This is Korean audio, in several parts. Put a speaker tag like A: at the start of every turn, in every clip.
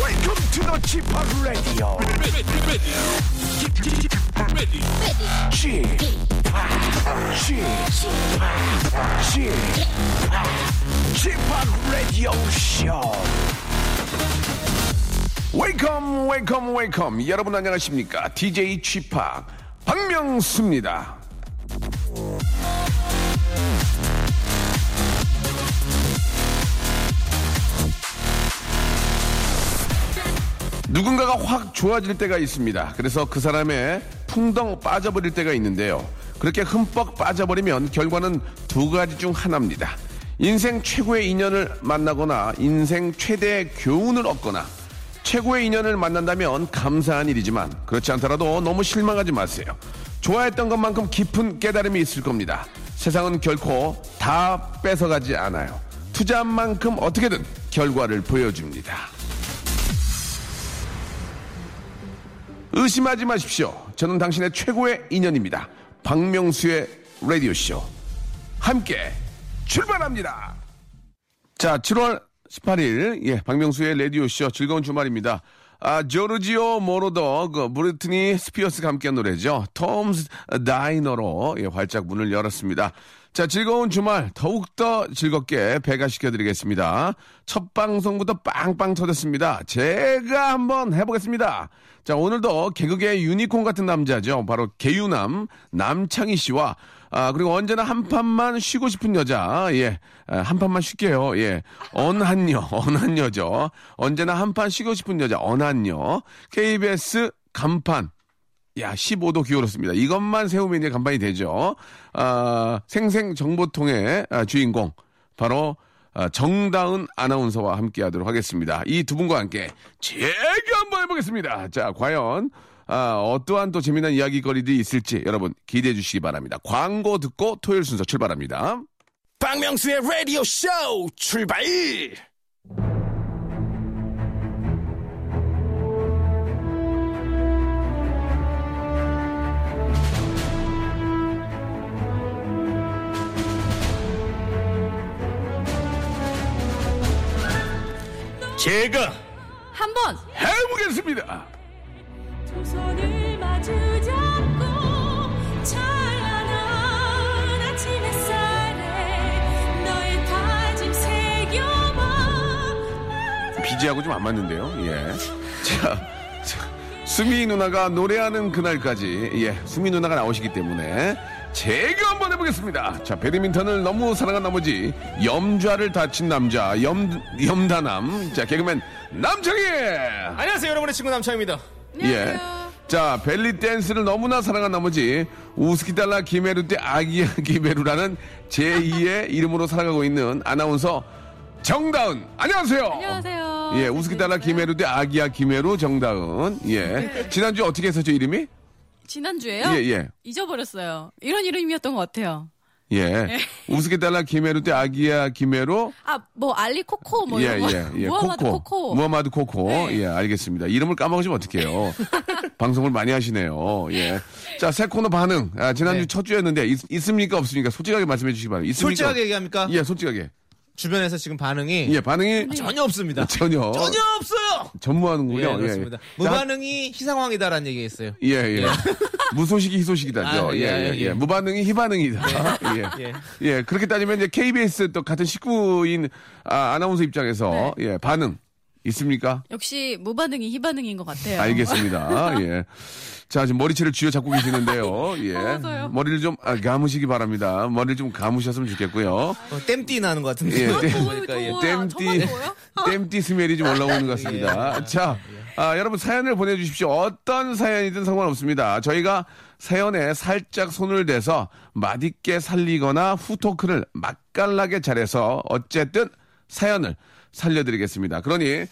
A: Welcome to the Chip Radio. Chip, Chip, Chip, Chip Radio Show. 웨이컴 웨이컴 웨이컴 여러분 안녕하십니까 DJ 취팍 박명수입니다 누군가가 확 좋아질 때가 있습니다 그래서 그 사람의 풍덩 빠져버릴 때가 있는데요 그렇게 흠뻑 빠져버리면 결과는 두 가지 중 하나입니다 인생 최고의 인연을 만나거나 인생 최대의 교훈을 얻거나 최고의 인연을 만난다면 감사한 일이지만 그렇지 않더라도 너무 실망하지 마세요. 좋아했던 것만큼 깊은 깨달음이 있을 겁니다. 세상은 결코 다 뺏어가지 않아요. 투자한 만큼 어떻게든 결과를 보여줍니다. 의심하지 마십시오. 저는 당신의 최고의 인연입니다. 박명수의 라디오쇼. 함께 출발합니다. 자, 7월 18일, 예, 박명수의 라디오쇼 즐거운 주말입니다. 아, 조르지오 모로더, 그, 브리트니 스피어스가 함께한 노래죠. 톰스 다이너로, 예, 활짝 문을 열었습니다. 자, 즐거운 주말, 더욱더 즐겁게 배가시켜드리겠습니다. 첫 방송부터 빵빵 터졌습니다. 제가 한번 해보겠습니다. 자, 오늘도 개그계의 유니콘 같은 남자죠. 바로 개유남, 남창희 씨와 아, 그리고 언제나 한 판만 쉬고 싶은 여자. 예. 아, 한 판만 쉴게요. 예. 언한녀, 언한녀죠. 언제나 한 판 쉬고 싶은 여자, 언한녀. KBS 간판. 야, 15도 기울었습니다. 이것만 세우면 이제 간판이 되죠. 아, 생생정보통의 아, 주인공. 바로 아, 정다은 아나운서와 함께 하도록 하겠습니다. 이 두 분과 함께 재교 한번 해보겠습니다. 자, 과연, 아, 어떠한 또 재미난 이야기거리들이 있을지 여러분 기대해 주시기 바랍니다. 광고 듣고 토요일 순서 출발합니다.
B: 박명수의 라디오 쇼 출발! 제가
C: 한 번.
A: 해보겠습니다.
C: 두 손을 마주 잡고 찬란한 아침 햇살에 너의 다짐 새겨봐.
A: 비지하고 좀 안 맞는데요. 예. 자, 자, 수미 누나가 노래하는 그날까지 예, 수미 누나가 나오시기 때문에 제가 한번 해보겠습니다. 자, 배드민턴을 너무 사랑한 나머지 염좌를 다친 남자 염 염다남 자 개그맨 남창희.
B: 안녕하세요 여러분의 친구 남창입니다
A: 예. 자, 벨리 댄스를 너무나 사랑한 나머지 우스키달라 김혜루 때 아기야 김혜루라는 제2의 이름으로 살아가고 있는 아나운서 정다은. 안녕하세요.
C: 안녕하세요.
A: 예, 우스키달라 김혜루 때 아기야 김혜루 정다은.
C: 네.
A: 예. 지난주 어떻게 했었죠, 이름이?
C: 지난주에요?
A: 예, 예.
C: 잊어버렸어요. 이런 이름이었던 것 같아요. 네.
A: 예. 우스키달라 김혜루 때 아기야 김혜루
C: 아, 뭐 알리 코코 뭐
A: 예,
C: 이런 거.
A: 예, 예.
C: 무하마드 코코.
A: 무하마드 코코.
C: 네.
A: 예, 알겠습니다. 이름을 까먹으시면 어떡해요. 방송을 많이 하시네요. 예. 자, 새 코너 반응. 아, 지난주
D: 네.
A: 첫 주였는데, 있, 습니까 없습니까? 솔직하게 말씀해 주시기 바랍니다. 있습니까?
D: 솔직하게 얘기합니까?
A: 예, 솔직하게.
D: 주변에서 지금 반응이
A: 예, 반응이
C: 네.
D: 전혀 없습니다.
A: 전혀.
D: 전혀 없어요.
A: 전무하는군요.
D: 예, 그렇습니다.
A: 나-
D: 무반응이 희상황이다라는 얘기했어요.
A: 예, 예. 무소식이 희소식이다죠.
D: 아,
A: 예,
D: 예,
A: 예, 예.
D: 예.
A: 무반응이 희반응이다. 예. 예.
C: 아.
D: 예.
A: 그렇게 따지면 이제 KBS 또 같은 식구인 아, 아나운서 입장에서 예, 반응 있습니까?
C: 역시 무반응이 희반응인 것 같아요.
A: 알겠습니다. 예. 자, 지금 머리채를 쥐어 잡고 계시는데요. 예.
C: 더워서요.
A: 머리를 좀 아, 감으시기 바랍니다. 머리를 좀 감으셨으면 좋겠고요.
D: 어, 땜띠 나는 것 같은데.
A: 예, 땜-
C: 더워요,
D: 보니까, 예.
C: 더워요.
A: 땜띠.
C: 정말 더워요?
A: 땜띠 스멜이 좀 올라오는 것 같습니다. 자, 아, 여러분 사연을 보내주십시오. 어떤 사연이든 상관없습니다. 저희가 사연에 살짝 손을 대서 맛있게 살리거나 후토크를 맛깔나게 잘해서 어쨌든 사연을 살려드리겠습니다. 그러니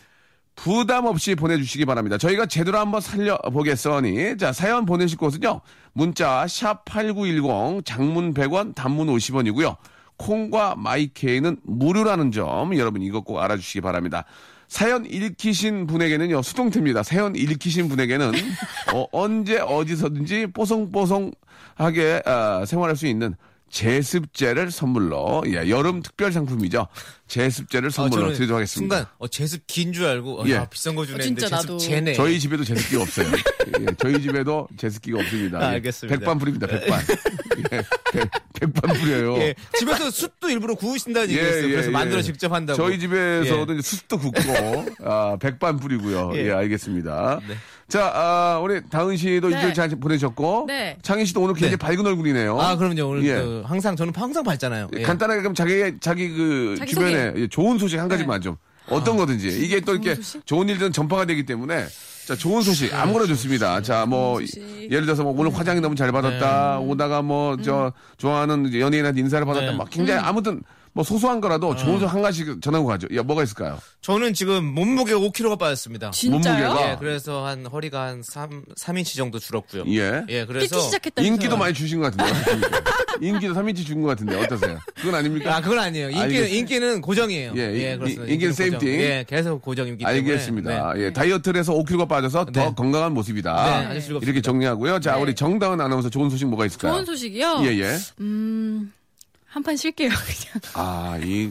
A: 부담 없이 보내주시기 바랍니다. 저희가 제대로 한번 살려보겠으니 자 사연 보내실 곳은요. 문자 샵 8910 장문 100원 단문 50원이고요. 콩과 마이케이는 무료라는 점 여러분 이것 꼭 알아주시기 바랍니다. 사연 읽히신 분에게는요 수동태입니다. 사연 읽히신 분에게는 어, 언제 어디서든지 뽀송뽀송하게 아, 생활할 수 있는 제습제를 선물로 예, 여름 특별 상품이죠. 제습제를
D: 아,
A: 선물로
D: 저는
A: 드리도록 하겠습니다.
D: 순간 어, 제습 긴 줄 알고 어,
A: 예.
D: 야, 비싼 거 주네.
C: 어, 진짜
D: 근데 제습
C: 나도.
D: 제네.
A: 저희 집에도 제습기가 없어요. 예, 저희 집에도 제습기가 없습니다.
D: 아,
A: 예,
D: 알겠습니다.
A: 백반 뿌립니다. 백반. 예, 백, 반 뿌려요.
D: 예,
C: 어.
D: 집에서 숯도 일부러 구우신다는 얘기했어요. 그래서 만들어 직접 한다고.
A: 예, 저희 집에서도 이제 숯도 굽고 아, 백반 뿌리고요. 예,
D: 예.
A: 알겠습니다. 자, 아, 우리 다은 씨도
C: 네.
A: 일주일 잘 보내셨고
C: 네.
A: 창희 씨도 오늘 굉장히
D: 네.
A: 밝은 얼굴이네요.
D: 아 그럼요. 오늘
A: 예.
D: 그 항상 저는 항상 밝잖아요. 예.
A: 간단하게 그럼 자기 자기 그
C: 자기 네. 아,
A: 주변에 예, 좋은 소식 한 가지만 좀 어떤 거든지 이게 또
C: 좋은
A: 이렇게
C: 소식?
A: 좋은 일들은 전파가 되기 때문에 자 좋은 소식 아무거나 좋습니다. 자 뭐
C: 좋은 소식. 네. 음.
A: 예를 들어서 뭐 오늘 화장이 너무 잘 받았다 오다가 뭐 저 좋아하는 연예인한테 인사를 받았다
D: 네.
A: 막 굉장히 아무튼 뭐 소소한
C: 음.
A: 거라도 좋은 소식 한 가지씩 전하고 가죠. 야 뭐가 있을까요?
D: 저는 지금 몸무게 5kg가 빠졌습니다.
C: 진짜요?
A: 몸무게가-
D: 예, 그래서 한 허리가 한 3, 3인치 정도 줄었고요.
A: 예.
D: 예, 그래서
C: 뛰기 시작했다.
A: 인기도 많이 주신 것 같은데 어떻습니까? 인기도 3인치 준 것 같은데 어떠세요? 그건 아닙니까?
D: 아, 그건 아니에요. 인기는
A: 알겠습니다.
D: 인기는 고정이에요.
A: 예, 인-
D: 그렇습니다.
A: 인기는 same
D: 고정.
A: thing.
D: 예, 계속 고정이기 때문에.
A: 알겠습니다.
D: 네.
A: 예, 다이어트를 해서 5kg가 빠져서 더
D: 네.
A: 건강한 모습이다.
D: 네, 아주 즐겁습니다.
A: 이렇게 정리하고요. 자,
C: 네.
A: 우리 정다은 아나운서 좋은 소식 뭐가
D: 그러니까
A: 있을까요?
C: 좋은 소식이요.
A: 예, 예.
C: 음, 한 판 쉴게요. 그냥
A: 아, 이,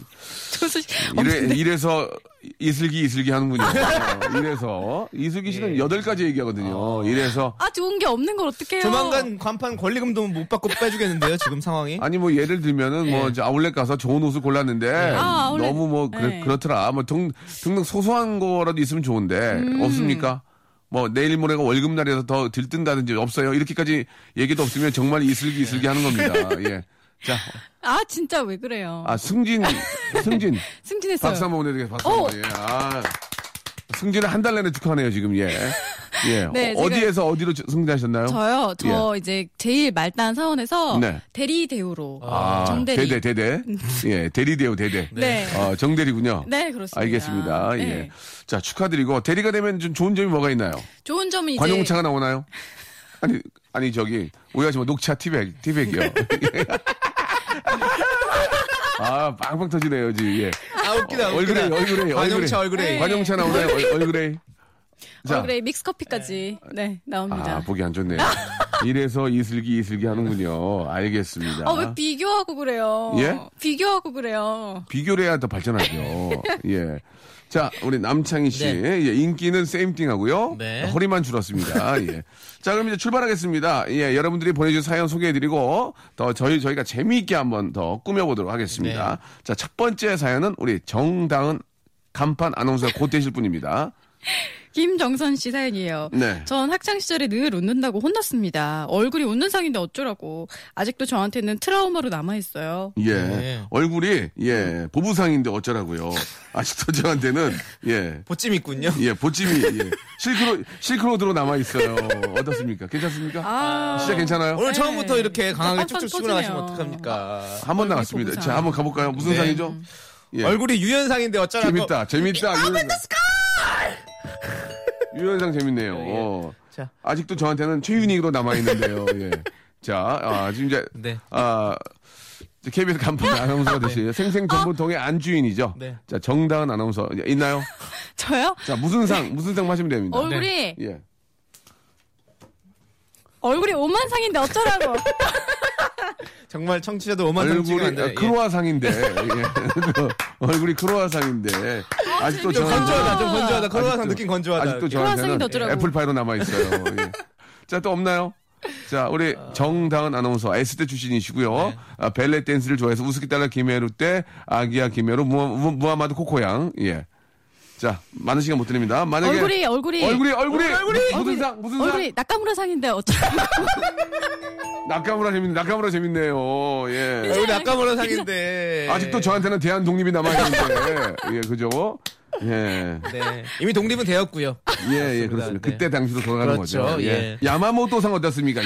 C: 좋은 소식.
D: 어,
C: 없는데.
A: 이래, 이래서 이슬기, 이슬기 하는군요. 어, 이래서. 이슬기
D: 예.
A: 씨는 여덟 가지 얘기하거든요.
D: 어.
A: 이래서.
C: 아 좋은 게 없는 걸 어떡해요?
D: 조만간 간판 권리금도 못 받고 빼주겠는데요, 지금 상황이.
A: 아니, 뭐, 예를 들면은, 뭐, 이제 아울렛 가서 좋은 옷을 골랐는데,
C: 아, 아울렛.
A: 너무 뭐, 그렇,
C: 네.
A: 그렇더라. 뭐, 등, 등등 소소한 거라도 있으면 좋은데,
C: 음.
A: 없습니까? 뭐, 내일 모레가 월급날이라서 더 들뜬다든지 없어요. 이렇게까지 얘기도 없으면 정말 이슬기, 이슬기 하는 겁니다. 예. 자,
C: 아 진짜 왜 그래요?
A: 아, 승진, 승진.
C: 승진했어요. 어.
A: 박수 한번 보내드리겠습니다. 박수 한번. 예. 아, 승진을 한 달 내내 축하네요, 지금. 예. 예.
C: 네,
A: 어,
C: 제가-
A: 디에서 어디로 저- 승진하셨나요? 예.
C: 저요. 저 이제 제일 말단 사원에서
A: 네.
C: 대리 대우로
A: 아,
C: 정대리.
A: 대대, 대대. 예, 대리대요, 대대.
C: 네.
A: 어, 정대리군요.
C: 네, 그렇습니다.
A: 알겠습니다.
C: 네.
A: 예. 자, 축하드리고 대리가 되면 좀 좋은 점이 뭐가 있나요?
C: 좋은 점은 이제
A: 관용차가 나오나요? 아니, 아니 저기 오해하지 마. 녹차 티백, 티백이요. 예. 아, 빵빵 터지네요, 지금. 예.
D: 아, 웃기다, 웃기다.
A: 얼굴에 얼굴에 얼굴에.
D: 관용차 얼굴에.
C: 네.
A: 관용차 나오나요? 얼, 얼굴에. 자.
C: 얼굴에 믹스커피까지 네, 나옵니다.
A: 아, 보기 안 좋네요. 이래서 이슬기 이슬기 하는군요. 알겠습니다.
C: 아, 왜 비교하고 그래요?
A: 예?
C: 비교하고 그래요.
A: 비교를 해야 더 발전하죠. 예. 자, 우리 남창희 씨.
D: 네.
A: 예, 인기는 세임띵 하고요.
D: 네.
A: 허리만 줄었습니다. 예. 자, 그럼 이제 출발하겠습니다. 예, 여러분들이 보내주신 사연 소개해드리고, 더 저희, 저희가 재미있게 한번 더 꾸며보도록 하겠습니다.
D: 네.
A: 자, 첫 번째 사연은 우리 정다은 간판 아나운서가 곧 되실 분입니다.
C: 김정선 씨 사연이에요.
A: 네.
C: 전 학창 시절에 늘 웃는다고 혼났습니다. 얼굴이 웃는 상인데 어쩌라고. 아직도 저한테는 트라우마로 남아 있어요.
A: 예.
D: 네.
A: 얼굴이, 예, 보부상인데 어쩌라고요. 아직도 저한테는, 예.
D: 보찜 있군요.
A: 예, 보찜이, 예. 실크로, 실크로드로 남아있어요. 어떻습니까? 괜찮습니까?
C: 아.
A: 진짜 괜찮아요?
D: 오늘 처음부터
C: 네.
D: 이렇게 강하게
C: 빵빵
D: 쭉쭉 치고
C: 터지네요.
D: 나가시면 어떡합니까?
A: 한 번
C: 얼굴
A: 나갔습니다.
C: 보부상.
A: 자, 한번 가볼까요? 무슨
D: 네.
A: 상이죠? 예.
D: 얼굴이 유연상인데 어쩌라고.
A: 재밌다, 재밌다. 유연... 상 재밌네요. 어.
D: 자.
A: 아직도 저한테는 최윤익으로 남아있는데요. 예. 자, 아, 지금 이제,
D: 네.
A: 아, 이제 KBS 간판 아나운서가 되실 생생정보통의 안주인이죠.
D: 네.
A: 자, 정다은 아나운서 예, 있나요?
C: 저요?
A: 자, 무슨 상, 무슨 상 하시면 됩니다.
C: 얼굴이
A: 예.
C: 얼굴이 오만 상인데 어쩌라고.
D: 정말 청취자들 오만상 찍으면 안
A: 얼굴이
D: 돼요.
A: 아,
D: 예.
A: 크로아상인데 예. 얼굴이 크로아상인데 아직도
C: 재밌어.
A: 저한테
D: 건조하다, 예. 좀 건조하다.
A: 아직도-
D: 크로아상 느낌 건조하다.
A: 아직도
C: 크로아상이
A: 저한테는
C: 넣더라고.
A: 애플파이로 남아 있어요. 예. 자또 없나요? 자 우리 정다은 아나운서 S대 출신이시고요. 아, 벨레 댄스를 좋아해서 우스키달라 김혜루 때 아기야 김혜루 무하- 무- 무하마드 코코양 예. 자 많은 시간 못 드립니다. 만약에
C: 얼굴이, 얼굴이.
A: 얼굴이 얼굴이 무슨 상 무슨 상
C: 얼굴이 나카무라 상인데 어쩌라고.
A: 낙가무라 재밌네 낙가무라 재밌네요. 예.
D: 얼굴이 아까 보는 상인데.
A: 아직도 저한테는 대한 독립이 남아있는데. 예, 그죠? 예.
D: 네. 이미 독립은 되었고요.
A: 예, 예, 그렇습니다.
D: 네.
A: 그때 당시로 돌아가는
D: 그렇죠,
A: 거죠. 예.
D: 예.
A: 야마모토상 어떻습니까?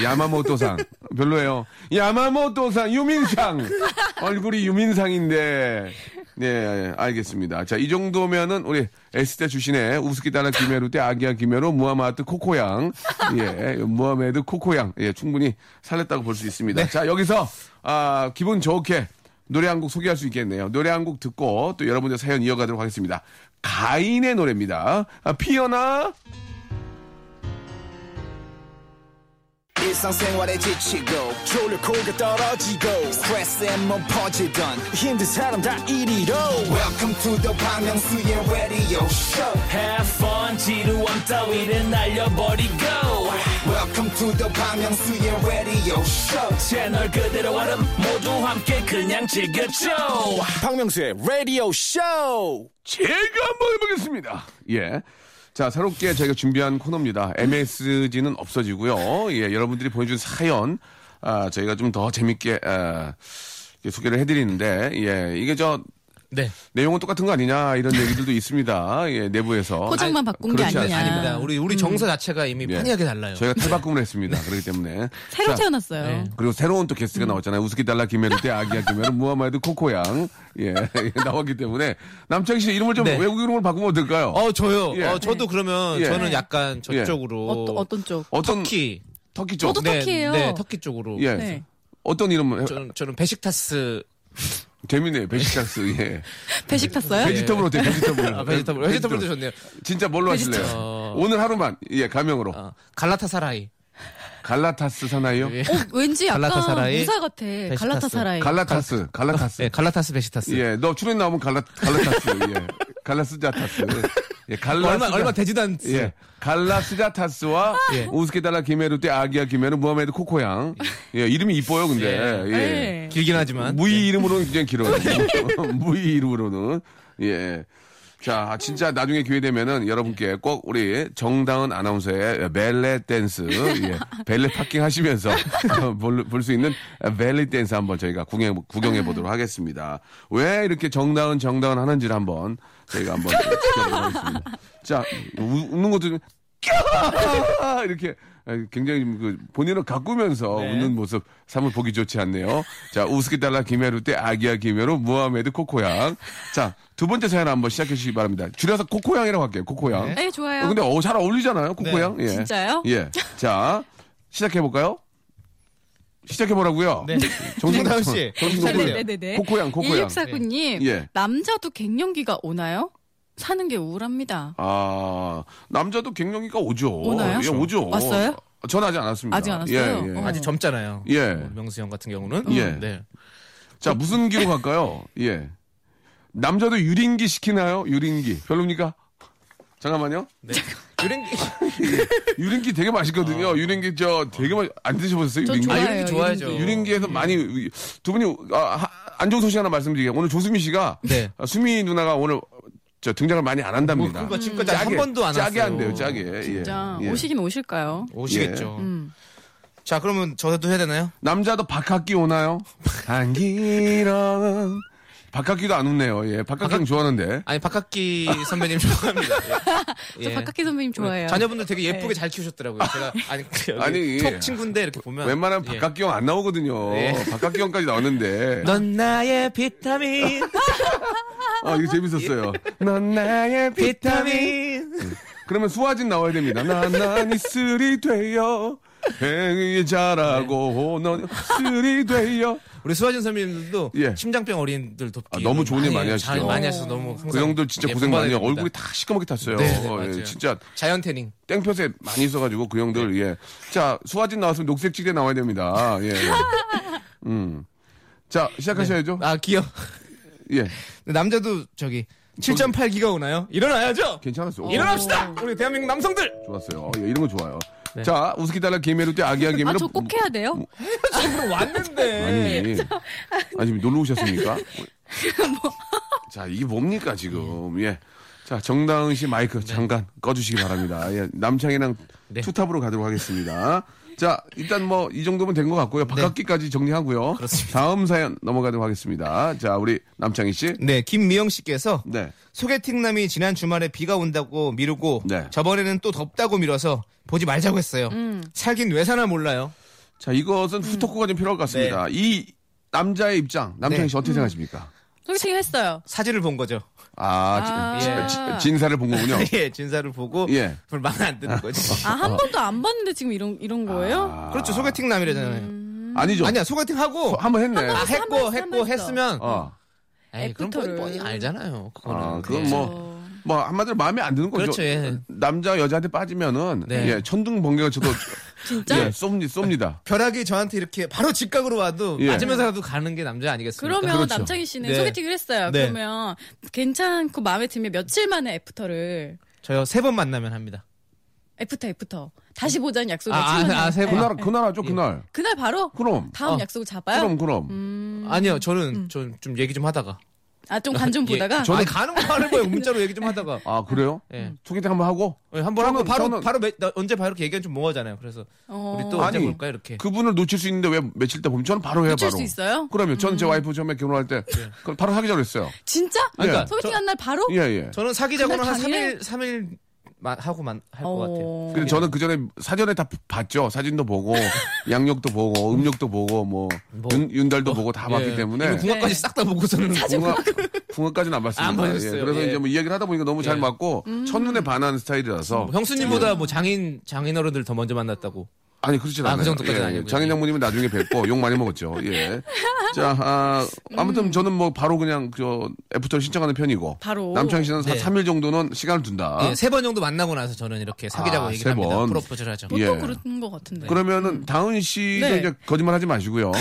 A: 야마모토상. 별로예요. 야마모토상, 유민상. 얼굴이 유민상인데. 네, 예, 알겠습니다. 자, 이 정도면은 우리 S대 출신의 우스키다나 김혜루 때 아기야 김혜루 무하마드 코코양. 예, 무하메드 코코양. 예, 충분히 살렸다고 볼 수 있습니다.
D: 네.
A: 자, 여기서, 아, 기분 좋게 노래 한 곡 소개할 수 있겠네요. 노래 한 곡 듣고 또 여러분들 사연 이어가도록 하겠습니다. 가인의 노래입니다. 아, 피어나.
E: It's 일상생활에 지치고,
B: 졸려 코가 떨어지고
E: 스트레스에 몸 퍼지던,
B: 힘든 사람 다 이리로
E: welcome to the Bang Myung-soo's radio show
F: Have fun 지루함 따위를 날려버리고
E: welcome to the Bang Myung-soo's radio show
F: 채널 그대로 와름 모두 함께 그냥 즐겨줘
B: 박명수의 라디오 쇼
A: 제가 한번 해보겠습니다. 예. 자, 새롭게 저희가 준비한 코너입니다. MSG는 없어지고요. 예, 여러분들이 보내준 사연, 아, 저희가 좀 더 재밌게, 아, 이렇게 소개를 해드리는데, 예, 이게 저,
D: 네.
A: 내용은 똑같은 거 아니냐, 이런 얘기들도 있습니다. 예, 내부에서.
C: 포장만 바꾼 게
A: 그렇지
C: 아니냐.
A: 않습니다.
D: 아닙니다. 우리
C: 음.
D: 우리 정서 자체가 이미
A: 예.
D: 판이하게 달라요.
A: 저희가 탈바꿈을 했습니다. 그렇기 때문에.
C: 새로
A: 자,
C: 태어났어요.
D: 네.
A: 그리고 새로운 또 게스트가 나왔잖아요. 우스키달라 김혜루 때 아기야 김혜루 무하마드 코코양. 예, 나왔기 때문에. 남창희 씨 이름을 좀
D: 네.
A: 외국 이름으로 바꾸면 어떨까요?
D: 어 저요.
A: 예.
D: 어 저도 그러면
A: 예.
D: 저는 약간
A: 예.
D: 저쪽으로
C: 어떠, 어떤 쪽?
A: 어떤
D: 터키.
A: 터키 쪽.
C: 저도
D: 네,
C: 터키예요.
D: 네, 터키 쪽으로.
A: 예.
C: 네.
A: 어떤 이름을 해-
D: 저는 저는 베식타스
A: 재밌네요. 베지탁스. 예.
C: 배식 탔어요?
A: 베지터블 어때요? 베지터블.
D: 아, 베지터블. 베지터블도 좋네요.
A: 진짜 뭘로 하실래요? 오늘 하루만 예, 가명으로.
D: 어, 갈라타사라이.
A: 갈라타스 사나이요?
D: 예.
C: 어, 왠지 약간
D: 갈라타사라이,
C: 무사 같아.
D: 베시타스.
C: 갈라타사라이.
A: 갈라타스. 갈라타스.
D: 네, 갈라타스 베식타스.
A: 예, 너 출연 나오면 갈라 갈라타스. 예. 갈라스자타스. 예, 갈라
D: 얼마 얼마 되지도 않지.
A: 예. 갈라스자타스와
D: 예.
A: 우스케달라 김에루 때 아기야 김에루 무하메드 코코양. 예, 이름이 이뻐요, 근데. 예.
C: 네.
D: 길긴 하지만. 네.
A: 무이 이름으로는 굉장히 길어요. 무이 이름으로는. 예. 자, 진짜 나중에 기회 되면은 여러분께 꼭 우리 정다은 아나운서의 벨레 댄스, 예, 벨레 파킹 하시면서 볼 수 있는 벨레 댄스 한번 저희가 구경해, 구경해 보도록 하겠습니다. 왜 이렇게 정다은, 정다은 하는지를 한번 저희가 한번 지켜보도록 하겠습니다. 자, 우- 웃는 것도 좀 아, 이렇게 굉장히 그 본인을 가꾸면서 웃는 모습 사뭇 보기 좋지 않네요. 자, 우스키달라 김혜루 때 아기야 김혜루 무하메드 코코양. 자, 두 번째 사연 한번 시작해 주시기 바랍니다. 줄여서 코코양이라고 할게요. 코코양.
C: 네, 좋아요.
A: 어, 근데 어, 잘 어울리잖아요. 코코양. 예.
C: 진짜요?
A: 예. 자, 시작해 볼까요? 시작해 보라고요.
D: 네. 정다은 씨.
A: 정신없고요.
C: 네, 네, 네.
A: 코코양, 코코양.
C: 1649님,
A: 예.
C: 남자도 갱년기가 오나요? 사는 게 우울합니다.
A: 아, 남자도 갱년기가 오죠.
C: 오나요?
A: 예, 오죠.
C: 왔어요?
A: 전 아직 안 왔습니다.
C: 아직 안 왔어요?
A: 예, 예.
C: 어.
D: 네. 아직 젊잖아요.
A: 예.
D: 뭐 명수 형 같은 경우는.
A: 예.
D: 네.
A: 자, 무슨 기로 갈까요? 예. 남자도 유린기 시키나요? 유린기. 별로입니까? 잠깐만요.
D: 네. 유린
A: 유린기 되게 맛있거든요.
D: 아.
A: 유린기 저 되게 맛, 안 드셔보셨어요?
C: 전
A: 유린기?
C: 좋아요.
D: 유린기 좋아하죠.
A: 유린기에서
D: 예.
A: 많이, 두 분이, 아, 하- 안 좋은 소식 하나 말씀드릴게요. 오늘 조수미 씨가,
D: 네.
A: 아, 수미 누나가 오늘 저 등장을 많이 안 한답니다.
D: 그러니까 지금까지 한 번도 안
A: 짜게
D: 왔어요.
A: 한대요, 짜게.
C: 진짜
A: 예, 예.
C: 오시긴 오실까요?
D: 오시겠죠.
C: 예. 음.
D: 자, 그러면 저도 해야 되나요?
A: 남자도 박학기 오나요? 박학기랑. 박학기도 안 웃네요. 예, 박학기는 좋아하는데.
D: 아니 박학기 선배님 좋아합니다. 예. 예.
C: 박학기 선배님 좋아해요. 네.
D: 자녀분들 되게 예쁘게 잘 키우셨더라고요. 제가 아니
A: 아니,
D: 아니
A: 예.
D: 톡 친구인데 이렇게 보면
A: 웬만하면
D: 예.
A: 박학기형 안 나오거든요.
D: 예.
A: 박학기형까지 나왔는데.
D: 넌 나의 비타민
A: 아, 이거 재밌었어요.
D: 예.
A: 넌 나의
D: 비타민
A: 그러면 수화진 나와야 됩니다. 난난 이슬이 되어 행위
D: 네.
A: 잘하고 넌 이슬이 되어.
D: 우리 수아진 선배님들도
A: 예.
D: 심장병 어린들 돕기
A: 아, 너무 좋은 일 많이
D: 해요.
A: 하시죠.
D: 잘 많이 하셔서 너무 항상
A: 그 형들 진짜
D: 예,
A: 고생 많이 해요.
D: 본받아야 됩니다.
A: 얼굴이 다 시커멓게 탔어요.
D: 네, 네,
A: 어, 예,
D: 맞아요. 네.
A: 진짜
D: 자연 태닝
A: 땡볕에 많이 있어가지고 그 형들 예. 자 수화진 나왔으면 녹색 지대 나와야 됩니다. 예. 음. 자 시작하셔야죠.
D: 아 귀여
A: 예.
D: 남자도 저기 7.8기가 오나요? 일어나야죠.
A: 괜찮았어요. 오,
D: 일어납시다. 우리 대한민국 남성들.
A: 좋았어요. 예, 이런 거 좋아요. 자 우스키 달라 개미로 때 아기 아기
C: 아,
A: 메로
C: 저 꼭 해야 돼요?
D: 왔는데
A: 아니, 아니 지금 놀러 오셨습니까?
C: 뭐,
A: 자 이게 뭡니까 지금 예. 자 정다은 씨 마이크 잠깐 꺼주시기 바랍니다. 예, 남창이랑 투탑으로 가도록 하겠습니다. 자 일단 뭐 이 정도면 된 것 같고요. 바깥기까지 정리하고요.
D: 그렇습니다.
A: 다음 사연 넘어가도록 하겠습니다. 자 우리 남창희 씨.
D: 네, 김미영 씨께서
A: 네.
D: 소개팅남이 지난 주말에 비가 온다고 미루고
A: 네.
D: 저번에는 또 덥다고 미뤄서 보지 말자고 했어요. 살긴 왜 사나 몰라요.
A: 자 이것은 후토크가 좀 필요할 것 같습니다. 이 남자의 입장 남창희 씨 어떻게 생각하십니까?
C: 소개팅 했어요.
D: 사진을 본 거죠.
A: 아, 지-
C: 아.
A: 지- 진사를 본 거군요.
D: 예, 진사를 보고
A: 어. 예.
D: 그걸 마음에 안 드는 거지.
C: 아,
A: 어.
C: 한 번도 안 봤는데 지금 이런, 이런
A: 아,
C: 거예요?
D: 그렇죠. 소개팅남이라잖아요.
A: 아니죠.
D: 아니야, 소개팅 하고
A: 한번 했네.
D: 아,
C: 한번 했어,
D: 했고 했고
C: 한번 했어.
D: 했으면
A: 어.
D: 에이, 그럼
C: 애프터를.
D: 뻔히, 뻔히 알잖아요. 그거는.
A: 아, 그건
D: 예.
A: 뭐, 뭐, 한마디로 마음에 안 드는 거죠.
D: 그렇죠, 예.
A: 남자, 여자한테 빠지면은,
D: 네.
A: 예, 천둥 번개가 저도
C: 진짜?
A: 예, 쏩니, 쏩니다.
D: 벼락이 저한테 이렇게 바로 직각으로 와도
A: 예.
D: 맞으면서라도 가는 게 남자 아니겠습니까?
C: 그러면
A: 그렇죠.
C: 남창희 씨는
D: 네.
C: 소개팅을 했어요.
D: 네.
C: 그러면 괜찮고 마음에 들면 며칠 만에 애프터를
D: 저요 세 번 만나면 합니다.
C: 애프터 애프터 다시 보자는 약속을
D: 아,
C: 며칠
D: 아,
C: 만에
D: 아, 세
C: 네.
D: 번.
A: 그날, 그날 하죠, 그날.
C: 그날 바로
A: 그럼.
C: 다음
D: 어.
C: 약속을 잡아요.
A: 그럼, 그럼.
D: 아니요 저는 좀, 좀 얘기 좀 하다가
C: 아 좀 간
A: 예.
C: 좀 보다가
D: 예, 저는 가는 거 하는 거예요 문자로 얘기 좀 하다가
A: 아, 그래요?
D: 예.
A: 소개팅 한번 하고?
D: 예, 한번
A: 저는-
D: 하고 바로
A: 저는-
D: 바로 매- 나 언제 봐요 이렇게 얘기하면 좀 뭐하잖아요. 그래서
C: 어.
D: 우리 또 언제 볼까 이렇게.
A: 그분을 놓칠 수 있는데 왜 며칠 때 보면 저는 바로 해요,
C: 놓칠
A: 바로.
C: 수 있어요?
A: 그러면 저는 제 와이프 처음에 결혼할 때 그럼 바로 사귀자고 했어요.
C: 진짜?
A: 그러니까
C: 소개팅 한 날 바로?
A: 예, 예.
D: 저는 사귀자고는 한
C: 그날
D: 3일 3일 만 하고만 할 것 같아요.
C: 어.
A: 근데 저는 그 전에 사전에 다 봤죠. 사진도 보고, 양력도 보고, 음력도 보고, 뭐, 윤, 윤달도 보고 다 봤기 아, 때문에.
D: 뭐. 예. 이거 궁합까지 싹 다 보고서는
A: 궁합, 궁합까지는 안 봤습니다.
D: 안 봤어요.
A: 예, 그래서
D: 예.
A: 이제 뭐 이야기를 하다 보니까 너무 잘
D: 예.
A: 맞고,
C: 음.
A: 첫눈에 반한 스타일이라서.
D: 뭐 형수님보다 뭐 장인 장인 어른들 더 먼저 만났다고.
A: 아니, 그렇진
D: 아,
A: 않아요. 예,
D: 그 정도까지는 아니고요.
A: 장인 장모님은 나중에 뵙고, 욕 많이 먹었죠. 예. 자, 아,
C: 음.
A: 아무튼 저는 뭐 바로 그냥 저 애프터 신청하는 편이고.
C: 바로.
A: 남창희 씨는 한
D: 네.
A: 3일 정도는 시간을 둔다.
D: 예, 세번 정도 만나고 나서 저는 이렇게 사귀자고
A: 아,
D: 얘기를
A: 세
D: 합니다.
A: 번.
D: 프로포즈를 하죠.
A: 예.
C: 보통 그런 것 같은데.
A: 그러면은 다은 씨가
C: 네.
A: 이제 거짓말 하지 마시고요.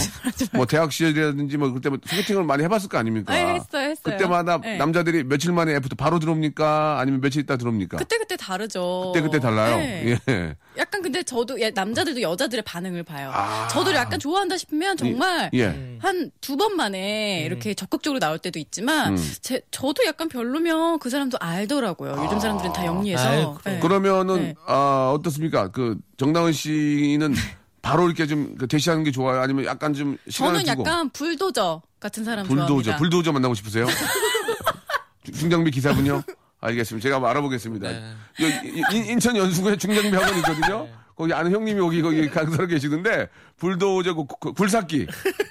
A: 뭐 대학 시절이라든지 뭐 그때 뭐 소개팅을 많이 해봤을 거 아닙니까?
C: 아, 했어요, 했어요.
A: 그때마다
C: 네.
A: 남자들이 며칠 만에 애프터 바로 들어옵니까? 아니면 며칠 있다 들어옵니까?
C: 그때 그때 다르죠.
A: 그때 그때 달라요.
C: 네.
A: 예.
C: 약간 근데 저도 예, 남자들도 여자들의 반응을 봐요. 저도 약간 좋아한다 싶으면 정말
A: 아. 예.
C: 한 두 번 만에
A: 음.
C: 이렇게 적극적으로 나올 때도 있지만 제, 저도 약간 별로면 그 사람도 알더라고요. 요즘 사람들은 다 영리해서.
D: 아유, 그럼.
C: 예.
A: 그러면은
C: 네.
A: 아, 어떻습니까? 그 정다은 씨는 바로 이렇게 좀그 대시하는 게 좋아요? 아니면 약간 좀 시간을
C: 저는
A: 두고
C: 약간 불도저 같은 사람
A: 불도저
C: 좋아합니다.
A: 불도저 만나고 싶으세요? 중- 중장비 기사분요? 알겠습니다. 제가 한번 알아보겠습니다.
D: 네.
A: 여기 인- 인천 연수구에 중장비 학원 있거든요. 거기 아는 형님이 거기 거기 강사로 계시는데 불도저 그- 그- 불삭기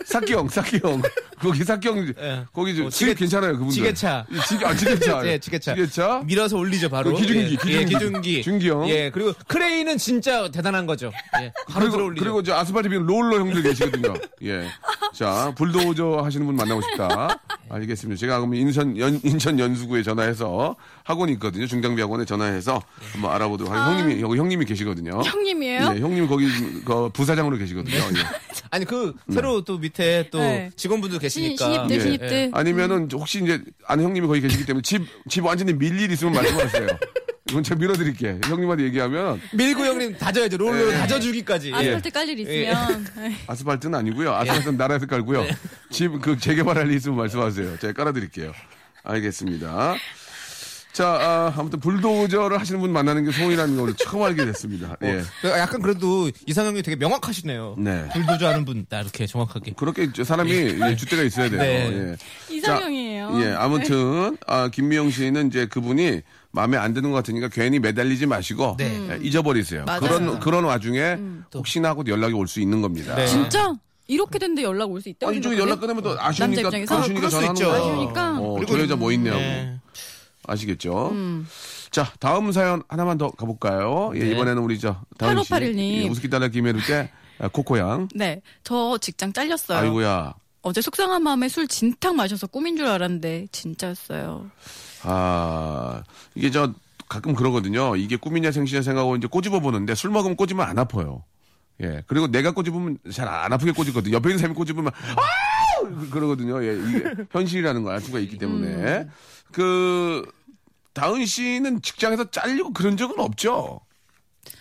A: 삭기형 삭기형 거기 삭기형
D: 예.
A: 거기 좀
D: 어,
A: 지게
D: 지게-
A: 괜찮아요 그분들.
D: 지게차.
A: 이 지게 아 지게차.
D: 예, 지게차.
A: 지게차.
D: 밀어서 올리죠 바로.
A: 그 기중기,
D: 예,
A: 기중기.
D: 예, 기중기.
A: 중기형.
D: 예, 그리고 크레인은 진짜 대단한 거죠. 예, 바로 들어
A: 그리고,
D: 올리죠.
A: 그리고 저 아스팔트 비 롤러 형들 계시거든요. 예. 자, 불도저 하시는 분 만나고 싶다. 알겠습니다. 제가 그럼 인천, 연, 인천 연수구에 전화해서 학원이 있거든요. 중장비 학원에 전화해서 한번 알아보도록 하겠습니다. 형님이, 여기 형님이 계시거든요.
C: 형님이에요?
A: 예, 형님 거기 그 부사장으로 계시거든요. 예.
D: 아니 그 새로 또 밑에 또
C: 네.
D: 직원분들 계시니까.
C: 신- 신입들,
A: 예.
C: 신입들.
A: 아니면은 혹시 이제 아는 형님이 거기 계시기 때문에 집, 집 완전히 밀일 있으면 말씀하세요. 이건 제가 밀어드릴게요. 형님한테 얘기하면
D: 밀고 형님 다져야죠. 롤로 다져주기까지. 예.
C: 아스팔트 깔 일 있으면 예.
A: 아스팔트는 아니고요. 아스팔트는 나라에서 깔고요.
D: 네.
A: 집 그 재개발할 일 있으면 말씀하세요. 제가 깔아드릴게요. 알겠습니다. 자, 아, 무튼 불도저를 하시는 분 만나는 게 소원이라는 걸 처음 알게
D: 어.
A: 됐습니다. 예.
D: 약간 그래도 이상형이 되게 명확하시네요.
A: 네.
D: 불도저 하는 분, 다 이렇게 정확하게.
A: 그렇게 이제 사람이 예, 주대가 있어야 돼요.
D: 네.
A: 예.
C: 이상형이에요.
A: 자, 예, 아무튼 아, 김미영 씨는 이제 그분이 마음에 안 드는 것 같으니까 괜히 매달리지 마시고
D: 네.
A: 예, 잊어버리세요.
C: 음. 맞아요. 음.
A: 그런 그런 와중에 혹시나 하고 연락이 올 수 있는 겁니다.
D: 네.
C: 진짜 이렇게 됐는데 연락 올 수 있다고
A: 아니 저
C: 생각하세요?
A: 연락 끊으면 또 아쉬우니까
C: 남자 입장에서?
A: 아쉬우니까
D: 그럴 수
A: 전화하는
D: 있죠.
A: 거예요.
C: 아쉬우니까.
A: 어,
D: 그리고
A: 저 여자 뭐 있냐고
D: 네.
A: 아시겠죠. 자 다음 사연 하나만 더 가볼까요? 예, 이번에는 우리 저 다은 씨
C: 8581 님.
A: 예, 우스키 달라 김혜루 때 아, 코코양.
C: 네, 저 직장 잘렸어요.
A: 아이고야.
C: 어제 속상한 마음에 술 진탕 마셔서 꿈인 줄 알았는데 진짜였어요.
A: 아 이게 저 가끔 그러거든요. 이게 꿈이냐 생시냐 생각하고 이제 꼬집어 보는데 술 먹으면 꼬집으면 안 아파요. 예 그리고 내가 꼬집으면 잘 안 아프게 꼬집거든요. 옆에 있는 사람이 꼬집으면 아 그러거든요. 예 이게 현실이라는 걸 알 수가 있기 때문에 그 다은 씨는 직장에서 잘리고 그런 적은 없죠.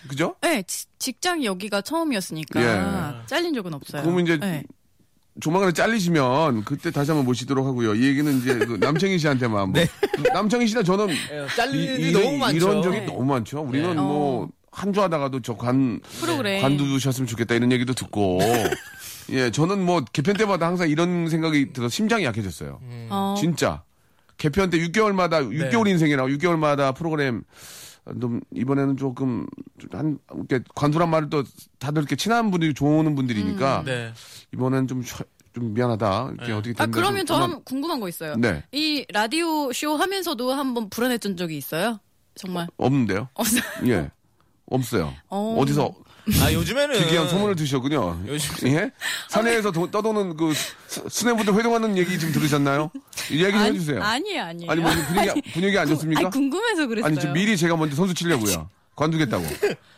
A: 그죠?
C: 네, 지- 직장 여기가 처음이었으니까 잘린 적은 없어요.
A: 예. 그러면 이제
C: 네.
A: 조만간에 잘리시면 그때 다시 한번 모시도록 하고요. 이 얘기는 이제 그 남창희 씨한테만 한번. 남창희 씨나 저는
D: 네. 예, 잘리는 일이
A: 이-
D: 너무 많죠. 어.
A: 이런 적이
C: 네.
A: 너무 많죠. 우리는 뭐 한주하다가도 저 관
C: 프로그램.
A: 관두셨으면 좋겠다 이런 얘기도 듣고. 예, 저는 뭐 개편 때마다 항상 이런 생각이 들어 서 심장이 약해졌어요.
D: 음.
C: 어,
A: 음, 진짜 개편 때 6개월마다
D: 네.
A: 6개월 인생이라고 6개월마다 프로그램 좀 이번에는 조금 한 이렇게 관두란 말을 또 다들 이렇게 친한 분들이 좋은 분들이니까
D: 네.
A: 이번엔 좀, 쉬- 좀 미안하다.
D: 예.
A: 이렇게 어떻게
C: 아
A: 된다.
C: 그러면 저
A: 좀
C: 한 궁금한 거 있어요.
A: 네.
C: 이 라디오 쇼 하면서도 한번 불안했던 적이 있어요? 정말
A: 없는데요?
C: 없어요. 네.
A: 예. 없어요.
C: 어.
A: 어디서
D: 아, 요즘에는.
A: 기괴한 소문을 드셨군요.
D: 요즘-
A: 예? 사내에서 도- 떠도는 그 수- 수뇌부들 회동하는 얘기 지금 들으셨나요? 이 얘기 좀 해주세요.
C: 아니에요, 아니에요.
A: 아니, 뭐 분위기, 분위기 안 좋습니까?
C: 아니, 궁금해서 그랬어요.
A: 아니, 지금 미리 제가 먼저 선수 치려고요. 관두겠다고.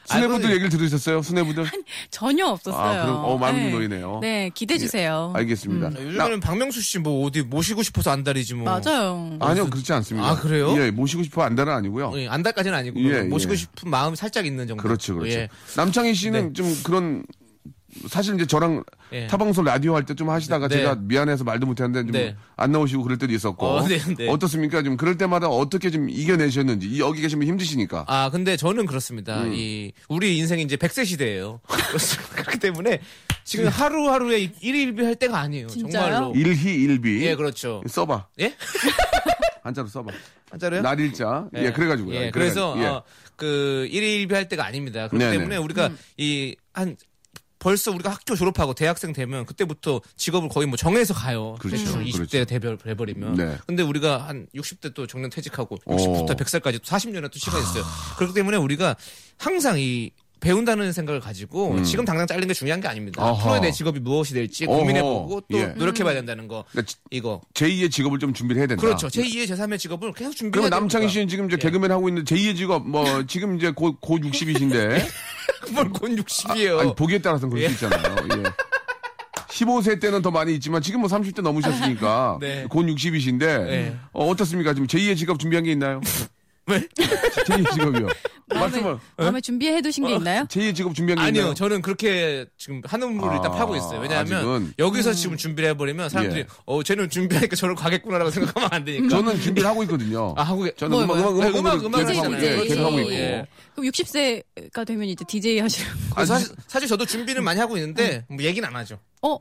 A: 수뇌부들
D: 알고-
A: 얘기를 들으셨어요? 수뇌부들?
C: 전혀 없었어요.
A: 아, 그럼, 어, 많은
C: 네.
A: 노이네요. 예.
C: 네, 기대해 주세요.
A: 알겠습니다. 나-
D: 아, 음, 요즘에는 박명수 씨 뭐 어디 모시고 싶어서 안달이지 뭐.
C: 맞아요.
A: 아니요, 그렇지 않습니다.
D: 아, 그래요?
A: 예, 모시고 싶어 안다는 아니고요.
D: 예, 안달까지는 아니고
A: 예,
D: 모시고
A: 예.
D: 싶은 마음이 살짝 있는 정도.
A: 그렇죠, 그렇죠.
D: 예.
A: 남창희 씨는 좀 그런 사실 이제 저랑
D: 예.
A: 타방송 라디오 할 때 좀 하시다가
D: 네.
A: 제가 미안해서 말도 못했는데 좀 안
D: 네.
A: 나오시고 그럴 때도 있었고
D: 어, 네, 네.
A: 떻습니까좀 그럴 때마다 어떻게 좀 이겨내셨는지 이- 여기 계시면 힘드시니까
D: 아, 근데 저는 그렇습니다.
A: 음.
D: 이, 우리 인생이 이제 100세 시대예요 그래서 그렇기 때문에
A: 음.
D: 지금 하루하루에 일일비 할 때가 아니에요.
C: 진짜요?
D: 정말로.
A: 일희일비
D: 예, 그렇죠.
A: 써봐
D: 예?
A: 한자로 써봐
D: 한자로요?
A: 날일자 예, 그래가지고요
D: 예,
A: 그래가지고.
D: 그래서,
A: 예.
D: 어, 그, 일일비 할 때가 아닙니다. 그렇기
A: 네네.
D: 때문에 우리가 이, 한, 벌써 우리가 학교 졸업하고 대학생 되면 그때부터 직업을 거의 뭐 정해서 가요.
A: 그렇죠.
D: 대충
A: 그렇죠.
D: 20대 대별 돼버리면.
A: 네. 어.
D: 근데 우리가 한 60대 또 정년 퇴직하고
A: 오.
D: 60부터 100살까지 또 40년의 또 시간이 있어요.
A: 아.
D: 그렇기 때문에 우리가 항상 이 배운다는 생각을 가지고 지금 당장 잘린 게 중요한 게 아닙니다.
A: 음. 아하.
D: 앞으로의 내 직업이 무엇이 될지
A: 어허.
D: 고민해보고 또
A: 예.
D: 노력해봐야 된다는 거.
A: 그러니까 지-
D: 이거.
A: 제2의 직업을 좀 준비를 해야 된다
D: 그렇죠. 제2의 제3의 직업을 계속 준비해야
A: 아, 그러면 남창희
D: 됩니다. 예.
A: 씨는 지금 이제 개그맨 하고 있는 제2의 직업 뭐 지금 이제 곧 곧
D: 네?
A: 60이신데
D: 뭘곧 60이에요.
A: 아니 보기에 따라서는 그럴 수 있잖아요. 예. 15세 때는 더 많이 있지만 지금 뭐 30대 넘으셨으니까
D: 네.
A: 곧 60이신데
D: 네.
A: 어, 어떻습니까? 지금 제2의 직업 준비한 게 있나요?
D: 왜?
A: 제2의 직업이요. 아, 말씀을 어.
C: 마음에, 마음에 준비해 두신 게 있나요?
A: 제2의 직업 준비한 게
D: 아니요,
A: 있나요?
D: 저는 그렇게 지금 한우물을
A: 아,
D: 일단 파고 있어요. 왜냐하면
A: 아직은.
D: 여기서 지금 준비를 해버리면 사람들이
A: 예.
D: 어, 쟤는 준비하니까 저를 가겠구나라고 생각하면 안 되니까.
A: 저는 준비를 하고 있거든요.
D: 아, 하고 계- 뭐요,
A: 저는 음악
D: 뭐요?
A: 음악
D: 네,
A: 음악
D: 음악,
A: 계속 하고
D: 음악을
A: 있어요.
D: 하시잖아요.
A: 계속 하고 있고.
D: 예.
C: 그럼 60세가 되면 이제 DJ 하시는
D: 아, 사실, 사실 저도 준비는 많이 하고 있는데 뭐 얘기는 안 하죠.
C: 거. 어,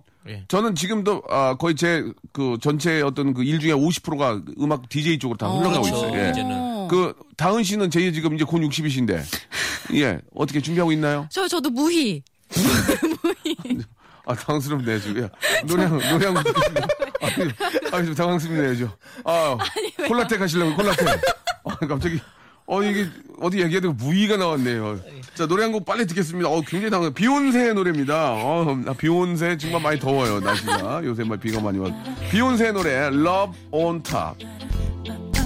A: 저는 지금도 아, 거의 제 그 전체 어떤 그 일 중에 50%가 음악 DJ 쪽으로 다 흘러가고
D: 그렇죠.
A: 있어요. 예.
D: 이제는.
A: 그 다은 씨는 제2의 직업 이제 곧 60이신데 예 어떻게 준비하고 있나요?
C: 저 저도 무희.
A: 아, 당황스럽네요, 지금. 야, 노래, 한- 노래 한 곡. 듣겠습니다. 아니, 아니, 좀 당황스럽네요, 지금. 아, 콜라텍 하시려고, 콜라텍. 아, 갑자기. 어, 이게, 어디 얘기해도 무의가 나왔네요. 자, 노래 한 곡 빨리 듣겠습니다. 어, 굉장히 당황. 비욘세의 노래입니다. 어, 나 비욘세 정말 많이 더워요, 날씨가. 요새 막 비가 많이 와. 비욘세의 노래, Love on Top.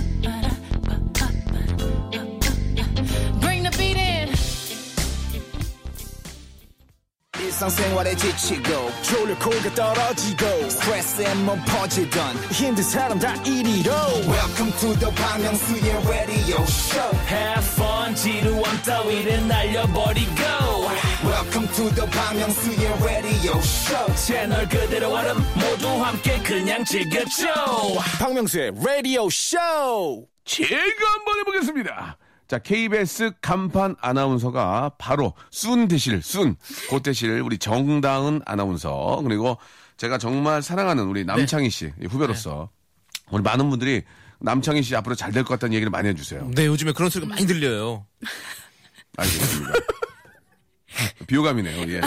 E: 일상생활에 지치고,
B: 졸려 코가 떨어지고
E: 스트레스에 몸 퍼지던,
B: 힘든 사람 다 이리로
E: welcome to the Bang Myung-soo's radio show
F: Have fun 지루함 따위를 날려버리고
E: welcome to the Bang Myung-soo's radio show
F: 채널 그대로 얼음 모두 함께 그냥 즐겨줘
B: 박명수의 라디오 쇼
A: 제가 한번 해보겠습니다. 자, KBS 간판 아나운서가 바로 순 대실, 순, 곧 대실 우리 정다은 아나운서, 그리고 제가 정말 사랑하는 우리 남창희 씨 후배로서
D: 네.
A: 우리 많은 분들이 남창희 씨 앞으로 잘 될 것 같다는 얘기를 많이 해주세요.
D: 네, 요즘에 그런 소리가 많이 들려요.
A: 알겠습니다. 비호감이네요, 예.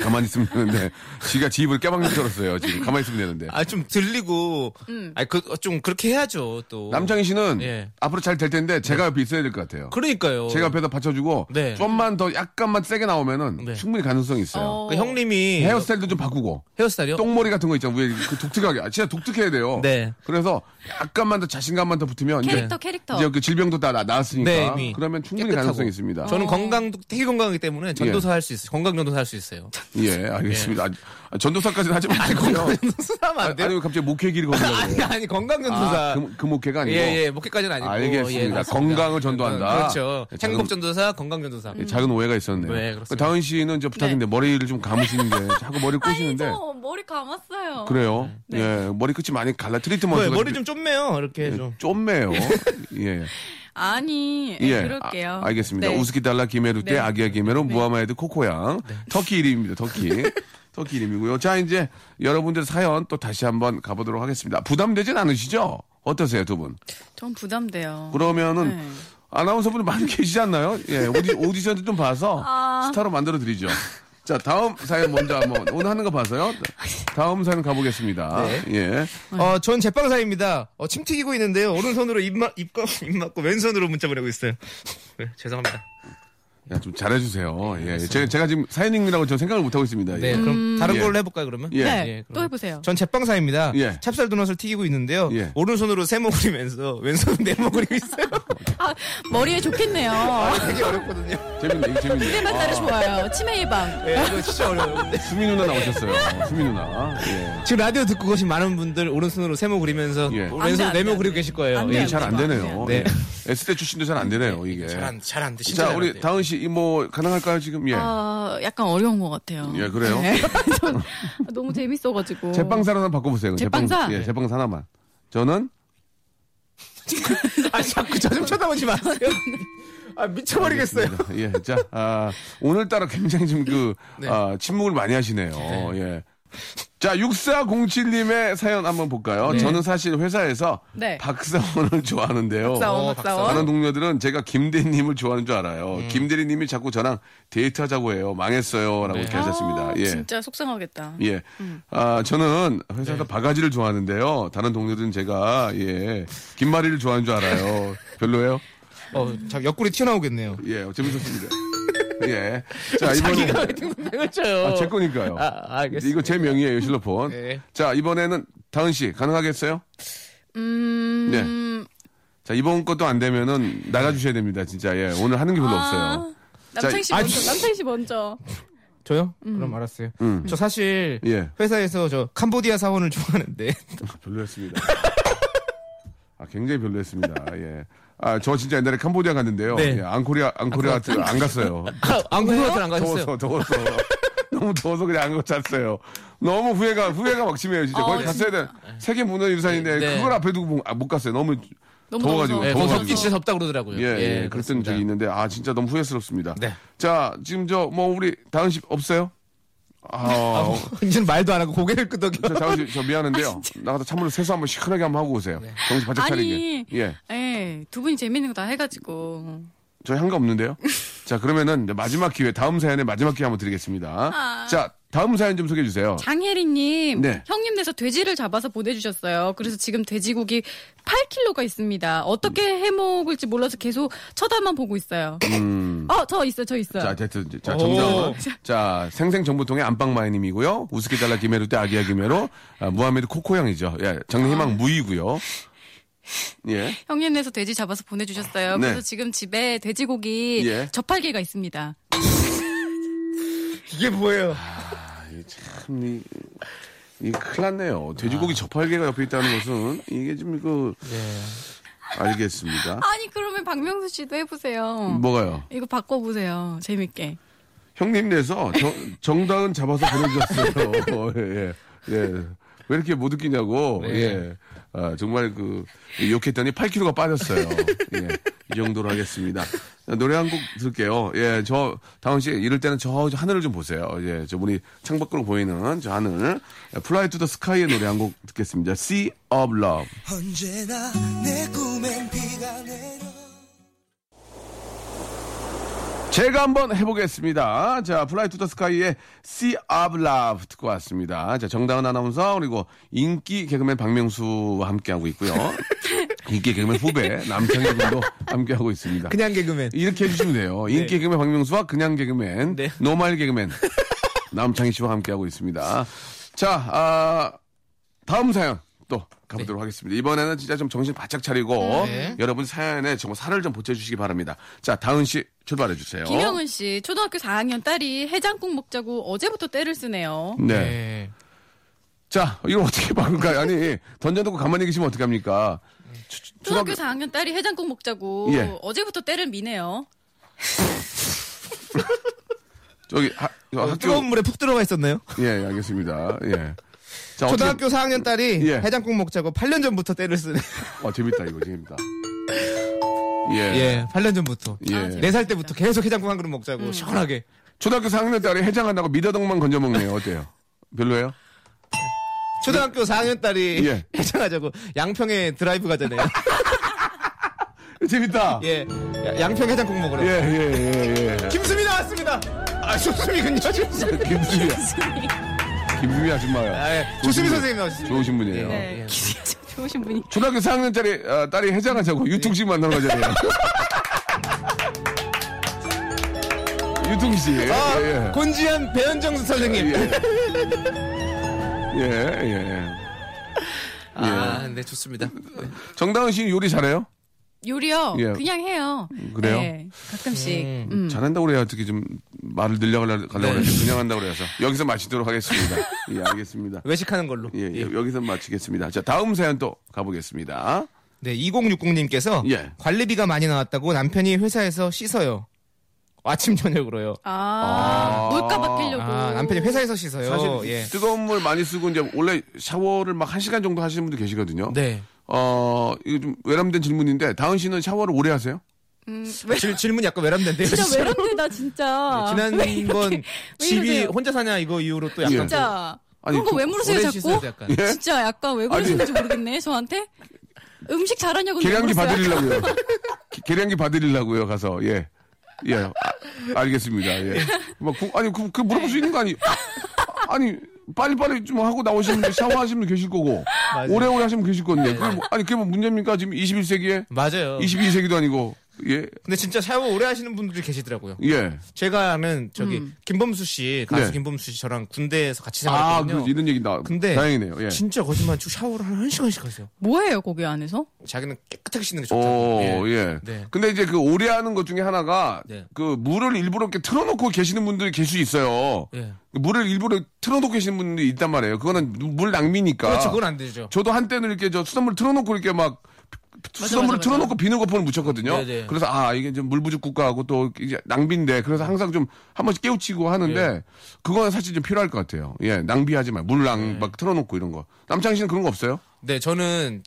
A: 가만히 있으면 되는데, 지가 지 입을 깨방정 털었어요, 지금. 가만히 있으면 되는데.
D: 아, 좀 들리고, 아, 그, 어, 좀 그렇게 해야죠, 또.
A: 남창희 씨는
D: 뭐. 예. 네.
A: 앞으로 잘 될 텐데, 제가 옆에 있어야 될 것 같아요.
D: 그러니까요.
A: 제가 옆에다 받쳐주고
D: 네.
A: 좀만 더 약간만 세게 나오면은
D: 네.
A: 충분히 가능성이 있어요.
D: 그 형님이
A: 헤어스타일도 좀 바꾸고
D: 헤어스타일이요?
A: 똥머리 같은 거 있잖아 위에 그 독특하게 아, 진짜 독특해야 돼요.
D: 네.
A: 그래서 약간만 더 자신감만 더 붙으면
C: 캐릭터,
A: 이제,
C: 캐릭터.
A: 이제 그 질병도 다 나, 나았으니까
D: 네, 이미.
A: 그러면 충분히
D: 깨끗하고.
A: 가능성이 있습니다.
D: 저는 건강도 되게 건강하기 때문에 전도사 할 수 있어요. 건강 전도사 할 수 있어요.
A: 예 알겠습니다. 아, 아, 전도사까지는 하지 마시고요.
D: 네. 전도사 하면 안
A: 아니
D: 돼요?
A: 왜 갑자기 목회 길을 걷으려고 그래요?
D: 아니 아니 건강 전도사.
A: 아, 그, 그 목회가 아니고
D: 예, 예, 목회까지는 아니고.
A: 알겠습니다.
D: 예, 그렇습니다.
A: 건강을 전도한다.
D: 그렇죠.
A: 예, 작은-
D: 행복 전도사, 건강 전도사.
A: 예, 작은 오해가 있었네요.
D: 네, 그렇습니다.
A: 다은 씨는 저 부탁인데 머리를 좀 감으시는 게 자꾸 머리를
C: 네. 아니 네.
A: 꼬시는데
C: 저 머리 감았어요.
A: 그래요. 예, 머리 끝이 많이 갈라 트리트먼트.
D: 네, 머리 좀 쫌매요. 이렇게 좀.
A: 쫌매요. 예.
C: 아니,
A: 예.
C: 네. 그럴게요.
A: 아, 알겠습니다.
C: 네.
A: 우스키 달라 기메루테
C: 네.
A: 아기야 기메루 무하마에드 코코양.
D: 네.
A: 터키 이름입니다. 터키. 터키 이름이고요. 자, 이제 여러분들 사연 또 다시 한번 가보도록 하겠습니다. 부담되진 않으시죠? 어떠세요, 두 분?
C: 전 부담돼요.
A: 그러면은
C: 네.
A: 아나운서분이 많이 계시지 않나요? 예, 오디, 오디션도 좀 봐서
C: 아.
A: 스타로 만들어 드리죠. 자, 다음 사연 먼저 한번 오늘 하는 거 봐서요. 다음 사연 가보겠습니다.
D: 네.
A: 예.
D: 어, 전 제빵사입니다. 어, 침 튀기고 있는데요. 오른손으로 입, 마, 입, 가- 입 맞고 왼손으로 문자 보내고 있어요. 네, 죄송합니다.
A: 야, 좀 잘해주세요. 예, 제가, 제가 지금 사연 읽느라고 저 생각을 못하고 있습니다. 예.
D: 네, 그럼 다른
A: 예.
D: 걸로 해볼까요 그러면?
A: 예.
C: 네,
D: 예,
C: 또
D: 그럼.
C: 해보세요.
D: 전 제빵사입니다.
A: 예.
D: 찹쌀 도넛을 튀기고 있는데요.
A: 예.
D: 오른손으로 세모 그리면서 왼손은 네모 그리고 있어요.
C: 아, 머리에 좋겠네요.
A: 아,
D: 되게 어렵거든요.
A: 재밌네, 이거 재밌네.
C: 그때만 따라 좋아요. 치매 예방.
D: 예, 이거 진짜 어려워요. 근데
A: 수미 누나 나오셨어요. 수미 누나. 예.
D: 지금 라디오 듣고 계신 많은 분들 오른손으로 세모 그리면서
A: 예.
C: 안 돼,
D: 왼손
C: 안
D: 네모
C: 돼.
D: 그리고 계실 거예요.
C: 안
D: 예.
C: 돼,
A: 이게 잘 안 되네요.
D: 네.
A: 예. S대 출신도 잘 안 되네요, 이게.
D: 잘안 잘안 돼. 진짜
A: 자,
D: 잘안
A: 우리
D: 돼요.
A: 다은 씨, 이 뭐 가능할까요, 지금? 예.
C: 어, 약간 어려운 것 같아요.
A: 예, 그래요?
C: 전 너무 재밌어가지고.
A: 제빵사로 하나 바꿔보세요. 제빵-
C: 제빵사?
D: 네.
A: 예, 제빵사 하나만. 저는
D: 아 자꾸 저 좀 쳐다보지 마세요. 아 미쳐버리겠어요.
A: 예, 자, 아, 오늘따라 굉장히 지금 그,
C: 네.
A: 아, 침묵을 많이 하시네요. 예. 자, 6407님의 사연 한번 볼까요? 저는 사실 회사에서
C: 네.
A: 박사원을 좋아하는데요.
C: 박사원,
D: 어,
A: 많은
C: 박사원.
A: 동료들은 제가 김대리님을 좋아하는 줄 알아요.
C: 음.
A: 김대리님이 자꾸 저랑 데이트하자고 해요. 망했어요. 라고 이렇게 하셨습니다.
C: 아,
A: 예.
C: 진짜 음. 속상하겠다.
A: 예. 아, 저는 회사에서
C: 네.
A: 바가지를 좋아하는데요. 다른 동료들은 제가, 예, 김말이를 좋아하는 줄 알아요. 별로예요?
D: 어, 자 옆구리 튀어나오겠네요.
A: 예, 재밌었습니다. 예. 자, 이번에.
D: 등등을 쳐요.
A: 아, 제 거니까요.
D: 어. 아, 알겠습니다.
A: 이거 제 명의예요, 실로폰.
D: 네.
A: 자, 이번에는 다은 씨, 가능하겠어요?
C: 음.
A: 예. 네. 자, 이번 것도 안 되면은 나가주셔야 됩니다, 진짜. 예, 오늘 하는 게 별로
D: 아.
A: 없어요.
C: 아, 남창희 씨
A: 자, 아,
C: 먼저, 남창희 씨 먼저.
D: 저요? 그럼 알았어요. 저 사실
A: 음. 예.
D: 회사에서 저 캄보디아 사원을 좋아하는데
A: 별로였습니다. 아, 굉장히 별로였습니다. 예. 아, 저 진짜 옛날에 캄보디아 갔는데요.
D: 네.
A: 예, 앙코리아, 앙코리아 하트 안 갔어요.
D: 아, 안구한테 안 가셨어요.
A: 더워서, 더워서. 너무 더워서 그냥 안 갔었어요. 너무 후회가, 후회가 막심해요, 진짜.
C: 어,
A: 거기 갔어야 돼. 세계 문화유산인데,
D: 네.
A: 그걸 앞에 두고 아, 못 갔어요. 너무
C: 너무
A: 더워가지고.
C: 더워서.
D: 네, 거기
C: 더워
A: 더워가지고.
D: 덥기 진짜 덥다 그러더라고요.
A: 예, 예, 그랬던
D: 그렇습니다.
A: 적이 있는데 아 진짜 너무 후회스럽습니다.
D: 네.
A: 자 지금 저 뭐 우리 다은 씨 없어요? 아,
D: 이제는 말도 안 하고 고개를 끄덕여.
A: 저 다은 씨저 미안한데요. 나가서 찬물로 세수 한번 시원하게 한번 하고 오세요. 정신 바짝 차리게.
C: 아니,
A: 예,
C: 예, 두 분이 재밌는 거 다 해가지고.
A: 저희 한거 없는데요. 자 그러면은 이제 마지막 기회, 다음 사연의 마지막 기회 한번 드리겠습니다.
C: 아.
A: 자 다음 사연 좀 소개해 주세요.
C: 장혜리님,
A: 네.
C: 형님네서 돼지를 잡아서 보내주셨어요. 그래서 지금 돼지고기 8kg가 있습니다. 어떻게 해 먹을지 몰라서 계속 쳐다만 보고 있어요. 어, 저 있어, 요저 있어.
A: 음. 자,
C: 요
A: 됐죠. 이제. 자,
D: 오.
A: 정답은. 자, 생생정보통의 안방마이님이고요. 우스갯 잘라 김메루 때 아기야 김메로. 아, 무하메드 코코양이죠. 예, 장래희망 무이고요. 예.
C: 형님네서 돼지 잡아서 보내주셨어요.
A: 네.
C: 그래서 지금 집에 돼지고기
A: 예.
C: 저팔계가 있습니다.
D: 이게 뭐예요?
A: 참, 이, 이 큰일 났네요. 돼지고기 저팔계가 옆에 있다는 것은 이게 좀 그, 알겠습니다.
C: 아니, 그러면 박명수 씨도 해보세요.
A: 어? 뭐가요?
C: 이거 바꿔보세요. 재밌게.
A: 형님네서 정, 정다은 잡아서 보내주셨어요. 예, 예. 예. 왜 이렇게 못 웃기냐고. 예. 아, 정말 그, 욕했더니 8kg가 빠졌어요. 예. 이 정도로 하겠습니다. 자, 노래 한 곡 들을게요. 예, 저, 다은 씨, 이럴 때는 저 하늘을 좀 보세요. 예, 저 우리 창밖으로 보이는 저 하늘. 플라이 투 더 스카이의 노래 한 곡 듣겠습니다. Sea of Love.
E: 언제나 내 꿈엔 비가 내려
A: 제가 한번 해보겠습니다. 자, 플라이 투더 스카이의 Sea of Love 듣고 왔습니다. 자, 정다은 아나운서, 그리고 인기 개그맨 박명수와 함께하고 있고요. 인기 개그맨 후배, 남창희 군도 함께하고 있습니다.
D: 그냥 개그맨.
A: 이렇게 해주시면 돼요. 인기 개그맨 박명수와 그냥 개그맨,
D: 네.
A: 노말 개그맨, 남창희 씨와 함께하고 있습니다. 자, 아, 다음 사연 또
D: 네.
A: 가보도록 하겠습니다. 이번에는 진짜 좀 정신 바짝 차리고 여러분 사연에 정말 살을 좀 보태주시기 바랍니다. 자, 다은 씨 출발해 주세요.
C: 김영은 씨, 초등학교 4학년 딸이 해장국 먹자고 어제부터 때를 쓰네요.
A: 네.
D: 네.
A: 자, 이거 어떻게 바꿀까요? 아니, 던져놓고 가만히 계시면 어떡합니까?
D: 네,
A: 초- 초-
C: 초등학교
A: 초등학교-
C: 4학년 딸이 해장국 먹자고
A: 예.
C: 어제부터 때를 미네요.
A: 저기, 하, 저
D: 어, 뜨거운
A: 아, 학교.
D: 물에 푹 들어가 있었나요?
A: 예, 알겠습니다. 예. 자, 어떻게-
D: 초등학교 4학년 딸이
A: 예.
D: 해장국 먹자고 8년 전부터 때를 쓰네.
A: 어, 재밌다, 이거 재밌다. 예.
D: 예, 8년 전부터.
A: 예.
D: 네 살 때부터 계속 해장국 한 그릇 먹자고
A: 음.
D: 시원하게.
A: 초등학교 4학년 딸이 해장한다고 미더덕만 건져 먹네요. 어때요? 별로예요?
D: 초등학교 4학년 딸이
A: 음. 예.
D: 해장하자고 양평에 드라이브 가잖아요.
A: 재밌다.
D: 예, 야- 양평 해장국 먹으러.
A: 예, 예, 예, 예.
D: 김수미 나왔습니다. 아, 조수미군요. 조수미.
A: 김수미. 김수미 아줌마요.
D: 아, 예. 조수미 선생님 예. 나왔습니다.
A: 좋으신 분이에요.
C: 네. 좋으신 분이.
A: 초등학교 4학년짜리 어,
D: 예.
A: 딸이 해장하자고 유통집 만나러 가잖아요. 유tung 씨.
D: 아,
A: 예, 예.
D: 곤지암 배현정 선생님.
A: 예, 예.
D: 아, 네, 좋습니다.
A: 정다은 씨 요리 잘해요?
C: 요리요?
A: 예.
C: 그냥 해요.
A: 그래요?
C: 네, 가끔씩. 음.
A: 잘한다고 그래야 어떻게 좀 말을 늘려가려고
D: 네.
A: 그래야지. 그냥 한다고 그래서. 여기서 마치도록 하겠습니다. 예, 알겠습니다.
D: 외식하는 걸로.
A: 예, 예, 여기서 마치겠습니다. 자, 다음 사연 또 가보겠습니다.
D: 네, 2060님께서
A: 예.
D: 관리비가 많이 나왔다고 남편이 회사에서 씻어요. 아침 저녁으로요.
C: 아, 물가 박히려고.
D: 아, 남편이 회사에서 씻어요.
A: 사실
D: 예.
A: 뜨거운 물 많이 쓰고 이제 원래 샤워를 막 한 시간 정도 하시는 분도 계시거든요.
D: 네.
A: 어, 이거 좀 외람된 질문인데 다은 씨는 샤워를 오래 하세요?
C: 음, 왜,
D: 질, 질문 약간 외람된데요.
C: 진짜 외롭다, 진짜. 왜 이렇게-
D: 네, 지난번
C: 왜
D: 집이
C: 이러세요?
D: 혼자 사냐 이거 이후로 또 약간
A: 예.
D: 좀
C: 진짜.
A: 아니,
C: 그런 거 왜
A: 그-
C: 물으세요,
D: 오랜
C: 자꾸?
D: 시선에서 약간.
A: 예?
C: 진짜 약간 왜 그러시는지 모르겠네, 저한테? 음식 잘하냐고
A: 계량기
C: 물어보세요.
A: 받으리려고요. 기- 계량기 받으리려고요, 가서. 예. 예. 아, 알겠습니다. 예. 막 구- 아니, 그, 그 물어볼 수 있는 거 아니. 아니, 빨리빨리 좀 하고 나오시면 돼. 샤워하시면 계실 거고.
D: 맞아요.
A: 오래오래 하시면 계실 건데. 그게 뭐- 아니, 그게 뭐 문제입니까? 지금 21세기에?
D: 음, 맞아요.
A: 22세기도 아니고. 예.
D: 근데 진짜 샤워 오래 하시는 분들이 계시더라고요.
A: 예.
D: 제가 아는 저기
C: 음.
D: 김범수 씨 가수
A: 네.
D: 김범수 씨 저랑 군대에서 같이
A: 아,
D: 생활했거든요.
A: 그, 이런 얘기 나.
D: 근데
A: 다행이네요. 예.
D: 진짜 거짓말 치고 샤워를 한 시간씩 하세요.
C: 뭐예요, 거기 안에서?
D: 자기는 깨끗하게 씻는 게
A: 오,
D: 좋다고.
A: 예.
D: 네.
A: 근데 이제 그 오래 하는 것 중에 하나가
D: 네.
A: 그 물을 일부러 이렇게 틀어놓고 계시는 분들이 계실 수 있어요. 그
D: 예.
A: 물을 일부러 틀어놓고 계시는 분들이 있단 말이에요. 그거는 물 낭비니까.
D: 그렇죠. 그건 안 되죠.
A: 저도 한때는 이렇게 저 수돗물 틀어놓고 이렇게 막 수돗물을
C: 맞아,
A: 틀어놓고 비누 거품을 묻혔거든요.
D: 네, 네.
A: 그래서 아 이게 좀 물부족 국가하고 또 이제 낭비인데 그래서
D: 네.
A: 항상 좀 한 번씩 깨우치고 하는데 그거는 사실 좀 필요할 것 같아요. 예, 낭비하지 말. 물낭 막 틀어놓고 이런 거. 남창 씨는 그런 거 없어요?
D: 네, 저는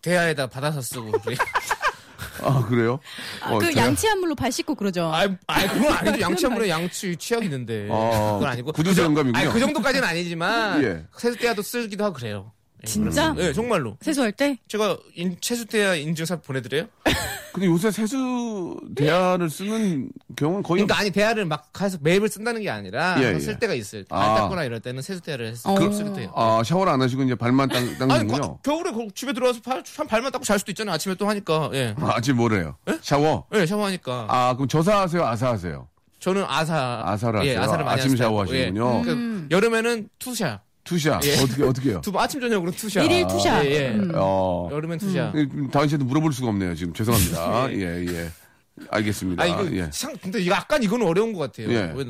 D: 대야에다 받아서 쓰고. 그래요.
A: 아 그래요? 어,
C: 그
A: 제가-
C: 양치한 물로 발 씻고 그러죠.
D: 아, 아, 그건 아니죠. 양치하면 양치 취향 있는데.
A: 아,
D: 그건 아니고.
A: 구두 정감이군요.
D: 아니, 그 정도까지는 아니지만
A: 예.
D: 세수대야도 쓰기도 하고 그래요. 예,
C: 진짜?
D: 그렇습니다. 예, 정말로.
C: 세수할 때?
D: 제가 인, 세수대야 인증샷 보내드려요?
A: 근데 요새 세수 대야를 쓰는 경우는 거의
D: 그러니까 아니 대야를 막 해서 매입을 쓴다는 게 아니라
A: 예,
D: 그냥
A: 예.
D: 쓸 때가 있어요.
A: 아.
D: 발 닦거나 이럴 때는 세수대야를 해서
C: 그-
D: 쓰기도 해요.
A: 아 샤워를 안 하시고 이제 발만 닦-
D: 아니 뭐
A: 닦는군요.
D: 거- 겨울에 거- 집에 들어와서 발, 참 발만 닦고 잘 수도 있잖아요. 아침에 또 하니까. 예.
A: 아, 지금 뭐래요? 샤워?
D: 예, 샤워하니까.
A: 아, 그럼 저사하세요? 아사하세요?
D: 저는 아사.
A: 아사를 하세요?
D: 예, 아사를 많이
A: 아침
D: 하시더라고요.
A: 샤워하시는군요.
D: 예. 그러니까
C: 음.
D: 여름에는 투샤.
A: 투샤.
D: 예.
A: 어떻게, 어떻게 해요?
D: 두 아침 저녁으로 투샤.
C: 일일 음. 투샤.
D: 예, 예.
A: 어.
D: 여름엔 투샤.
A: 음, 다은 씨한테 물어볼 수가 없네요, 지금. 죄송합니다. 예, 예. 알겠습니다.
D: 아 이거
A: 예.
D: 상 근데 이거 약간 이건 어려운 것 같아요.
A: 예.
D: 왜-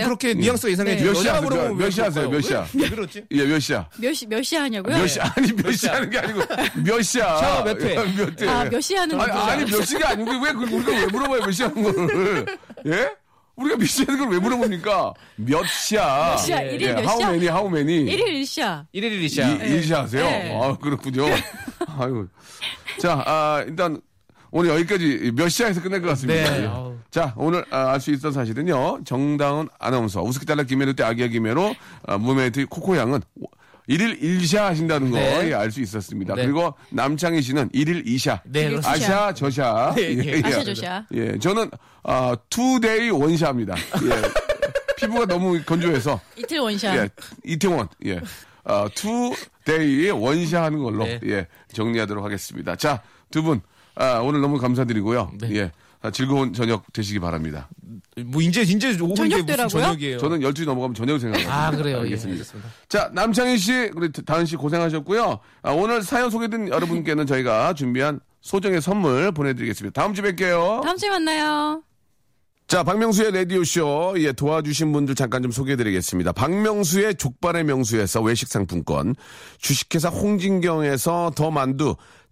D: 약간 그렇게 뉘앙스가 이상해.
C: 네.
A: 몇 시야,
D: 여자가
A: 몇
D: 물어보면 왜
A: 시야 하세요, 몇
D: 그럴까요?
A: 시야?
D: 왜 그러지?
A: 예, 몇 시야?
C: 몇 시, 몇 시 하냐고요?
A: 몇 시, 아니, 몇 시
D: 네. 시야.
A: 하는 게 아니고, 몇 시야?
D: 샤워 몇 회?
A: 몇 회?
C: 아, 몇 시 하는
A: 아니,
C: 거죠?
A: 아니, 몇 시가 아니고, 왜, 그걸 우리가 왜 물어봐요, 몇 시 하는 거를. 예? 우리가 몇 시 하는 걸 왜 물어봅니까? 몇 시야? 몇
C: 시야? 일일 몇
A: how
C: 시야?
A: many, how many?
C: 일일 일시야.
D: 일일
A: 이-
D: 일시야. 예.
A: 일시하세요?
C: 네.
A: 아, 그렇군요. 아유. 자, 아, 일단 오늘 여기까지 몇 시야에서 끝날 것 같습니다.
D: 네.
A: 예.
D: 아우.
A: 자, 오늘 알 수 있던 사실은요. 정다운 아나운서, 우스키달라 김혜로 때 아기야 김혜로, 아, 무메이트 코코양은 일일일샤 하신다는 거 예,
D: 네.
A: 알 수 있었습니다.
D: 네.
A: 그리고 남창희 씨는 일일이샤
D: 네, 그렇습니다.
A: 아샤, 저샤.
D: 네, 예.
C: 아시아 조샤.
A: 예, 저는 아, 투데이 원샤입니다. 예. 피부가 너무 건조해서
C: 이틀 원샤.
A: 예, 이태원, 예. 아, 투 데이의 원샷 하는 걸로,
D: 네.
A: 예, 정리하도록 하겠습니다. 자, 두 분, 아, 오늘 너무 감사드리고요.
D: 네.
A: 예. 아, 즐거운 저녁 되시기 바랍니다.
D: 뭐 이제 이제 오후인데 무슨
C: 저녁때라고요?
D: 저녁이에요.
A: 저는 12시 넘어가면 저녁 생각합니다.
D: 네. 아 그래요.
A: 알겠습니다.
D: 예, 알겠습니다.
A: 자, 남창희 씨, 그리고 다은 씨 고생하셨고요. 아, 오늘 사연 소개된 여러분께는 저희가 준비한 소정의 선물 보내드리겠습니다. 다음 주 뵐게요.
C: 다음 주에 만나요.
A: 자, 박명수의 라디오쇼, 예, 도와주신 분들 잠깐 좀 소개해드리겠습니다. 박명수의 족발의 명수에서 외식상품권, 주식회사 홍진경에서 더 만두,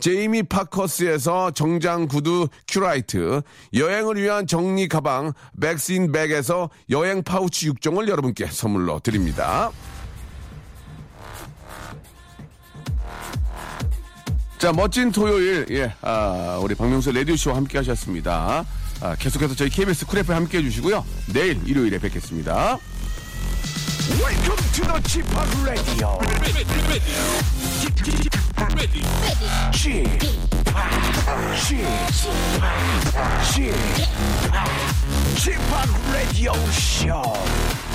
A: 제이미 파커스에서 정장 구두 큐라이트, 여행을 위한 정리 가방 맥스인 백에서 여행 파우치 6종을 여러분께 선물로 드립니다. 자, 멋진 토요일, 예, 아, 우리 박명수 레디오쇼와 함께 하셨습니다. 아, 계속해서 저희 KBS 쿨 FM 함께 해주시고요. 내일 일요일에 뵙겠습니다. Welcome to the g p Radio. g p g p Radio Show.